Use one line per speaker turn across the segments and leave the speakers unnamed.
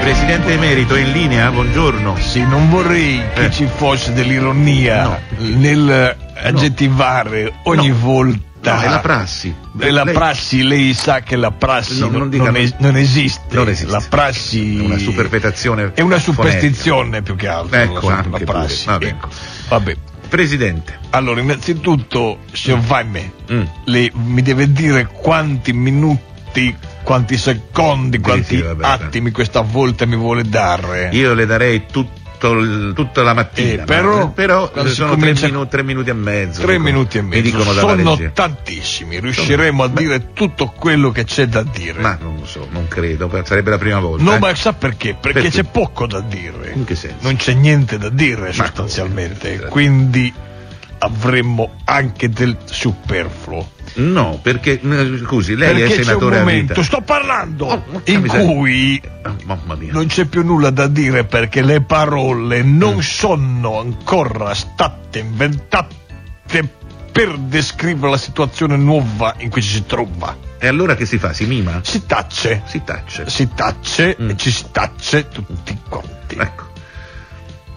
Presidente Emerito, è in linea? Buongiorno.
Sì, non vorrei che
Eh.
ci fosse dell'ironia nel aggettivare ogni volta.
No, è la prassi.
E la
Lei-
prassi, lei sa che la prassi
No,
non,
non dica-
non es- non esiste.
Non esiste.
La prassi
È una superfetazione
È una
fonetica.
superstizione più che altro.
Ecco,
la,
anche
la
pure,
prassi.
va bene.
Ecco, vabbè.
Presidente.
Allora, innanzitutto, signor Vaime,
Mm.
lei mi deve dire quanti minuti, quanti secondi, quanti
sì, vabbè,
attimi questa volta mi vuole dare.
Io le darei tutto il- tutta la mattina.
Eh, però-
ma- però
quando si
sono tre,
comincia-
minu- tre minuti e mezzo.
Tre
dicono-
minuti e
Mi
mezzo.
dicono da
Sono
Valencia.
tantissimi, riusciremo a
Beh.
dire tutto quello che c'è da dire.
Ma non lo so, non credo, per- sarebbe la prima volta.
No,
eh.
ma sa perché? Perché,
Perché?
c'è poco da dire.
In che senso?
Non c'è niente da dire
Ma
sostanzialmente,
come?
quindi avremmo anche del superfluo.
No, perché eh, scusi, lei
perché
è
c'è un
senatore a vita.
momento, sto parlando,
Oh, porca
in
miseria.
cui
Ah, Mamma mia.
non c'è più nulla da dire perché le parole
Mm.
non sono ancora state inventate per descrivere la situazione nuova in cui ci si trova.
E allora che si fa? Si mima?
Si tace,
Si tace.
si tace
Mm.
e ci si tace tutti quanti.
Ecco.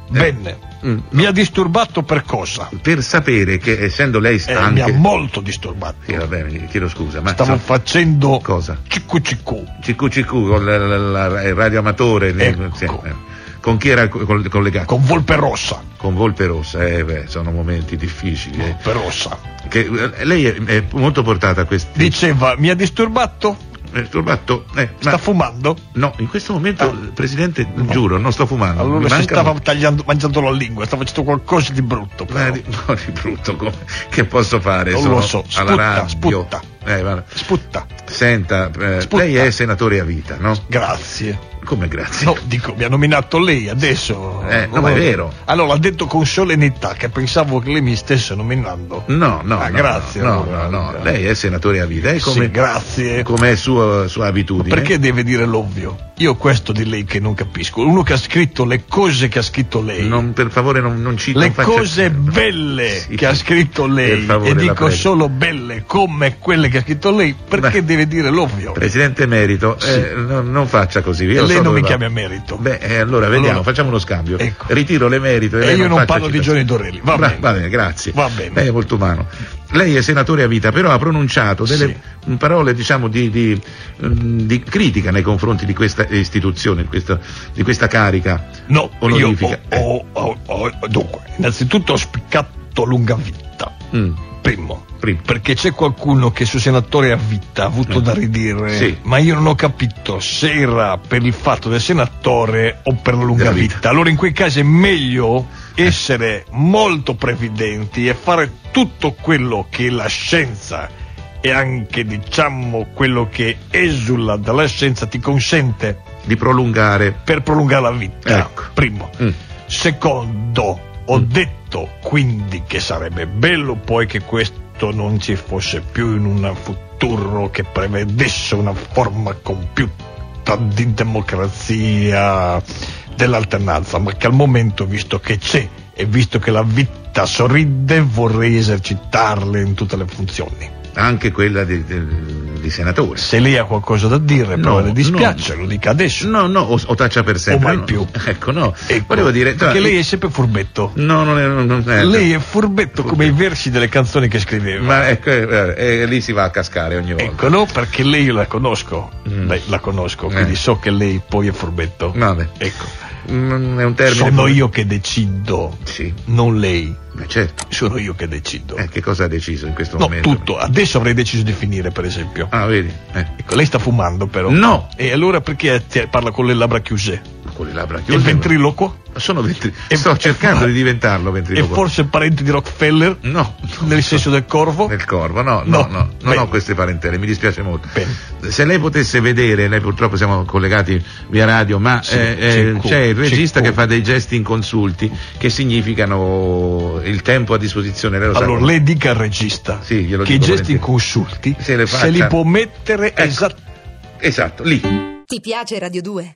Bene,
eh. Mm.
mi ha disturbato per cosa?
Per sapere che essendo lei
Eh, mi
stanca.
ha molto disturbato.
Sì, vabbè, mi chiedo scusa, ma
Stavo
insomma,
facendo
cosa?
ciccu ciccu.
CQCQ con la- la- la- il radioamatore ne-
Ecco.
sì, eh. con chi era co- col- collegato?
con volpe rossa.
Con Volpe Rossa, eh, beh, sono momenti difficili. eh.
Volpe rossa.
Che, eh, lei è, è molto portata a questi
Diceva, mi ha disturbato?
Eh, turbatto, eh, ma-
Sta fumando?
no, in questo momento,
Ah.
Presidente, giuro, Ah, non sto fumando. mi
Allora si
mancano-
stava tagliando, mangiando la lingua, stava facendo qualcosa di brutto.
Ma
però.
di, no, di brutto, come- che posso fare?
Non
Sono
lo so,
alla
sputta,
radio.
sputta.
Eh, guarda,
Sputta.
Senta, eh,
Sputta.
lei è senatore a vita, no?
Grazie.
Come grazie.
No, dico, mi ha nominato lei adesso.
Eh, no, ma è vero.
Allora, l'ha detto con solennità che pensavo che lei mi stesse nominando.
No, no,
Ah,
no,
grazie,
No,
allora.
no, no, lei è senatore a vita, è come,
Sì, grazie.
come è sua, sua abitudine.
Perché deve dire l'ovvio? Io questo di lei che non capisco. Uno che ha scritto le cose che ha scritto lei.
Non- per favore non, non ci
le
non faccia-
cose belle
Sì.
che ha scritto
Per
lei
favore,
e
la
dico
prego.
solo belle come quelle che ha scritto lei perché
Beh.
deve dire l'ovvio
Presidente Merito,
Sì.
eh, no- non faccia così. Io
lei
so
non
dove
mi
va.
chiama merito
Beh, eh, allora vediamo,
Allora,
facciamo uno scambio.
ecco.
Ritiro le merito.
E
lei
io non
faccia
parlo di
citazioni.
Gianni Dorelli, va
Bra-
bene.
grazie. Eh,
Va bene.
Lei è molto umano. Lei è senatore a vita, però ha pronunciato delle m, parole, diciamo, di, di, mm, di critica nei confronti di questa istituzione, di questa, di questa carica.
no io
onorifica.
ho- ho- ho- ho- dunque innanzitutto ho spiccato lunga vita
Mm.
primo
Primo.
perché c'è qualcuno che su senatore a vita ha avuto
Mm.
da ridire
Sì.
ma io non ho capito se era per il fatto del senatore o per la lunga
Della
vita.
vita.
allora in quei casi è meglio essere molto previdenti e fare tutto quello che la scienza e anche diciamo quello che esula dalla scienza ti consente
Di prolungare.
per prolungare la vita
Ecco.
primo
Mm.
Secondo, ho detto quindi che sarebbe bello poi che questo non ci fosse più in un futuro che prevedesse una forma compiuta di democrazia dell'alternanza, ma che al momento, visto che c'è e visto che la vita sorride, vorrei esercitarle in tutte le funzioni.
Anche quella di, di- di senatore.
Se lei ha qualcosa da dire,
No,
Eh, però le dispiace,
no.
lo dica adesso.
No, no, o, o taccia per sempre.
O mai
no.
più.
Ecco, no.
Ecco,
Volevo dire.
perché
no,
lei è sempre furbetto.
No, non è. non- non- eh,
Lei è furbetto come i versi delle canzoni che scriveva.
Ma ecco, eh, eh, lì si va a cascare ogni volta.
Eccolo, perché lei la conosco.
Mm.
Beh, la conosco, quindi
Eh.
so che lei poi è furbetto.
Vabbè.
Ecco.
Mm, è un termine.
Sono
pure-
io che decido,
Sì,
non lei.
ma certo.
Sono io che decido.
Eh, che cosa ha deciso in questo
no,
momento?
tutto. Adesso avrei deciso di finire, per esempio.
Ah, vedi? Eh.
Ecco, lei sta fumando però.
No!
E allora perché ti- parla con le labbra chiuse?
con le labbra
E
chiuse.
il ventriloquo?
Sono ventri-
E-
Sto
e
cercando
for-
di diventarlo
E
ventriloquo.
forse parenti di Rockefeller?
No.
Nel senso del corvo?
Nel corvo, no, no,
No.
no, non
Bene.
ho queste parentele, mi dispiace molto.
Bene.
Se lei potesse vedere, noi purtroppo siamo collegati via radio, ma
Sì,
eh, eh,
CQ,
c'è il regista
CQ.
che fa dei gesti inconsulti che significano il tempo a disposizione. Lei lo sa
Allora,
come-
lei dica al regista
Sì, glielo
che i
dico
gesti
volentieri.
consulti
Se le
se,
faccia-
li può mettere
Ecco.
esattamente.
Esatto, lì.
Ti piace Radio 2?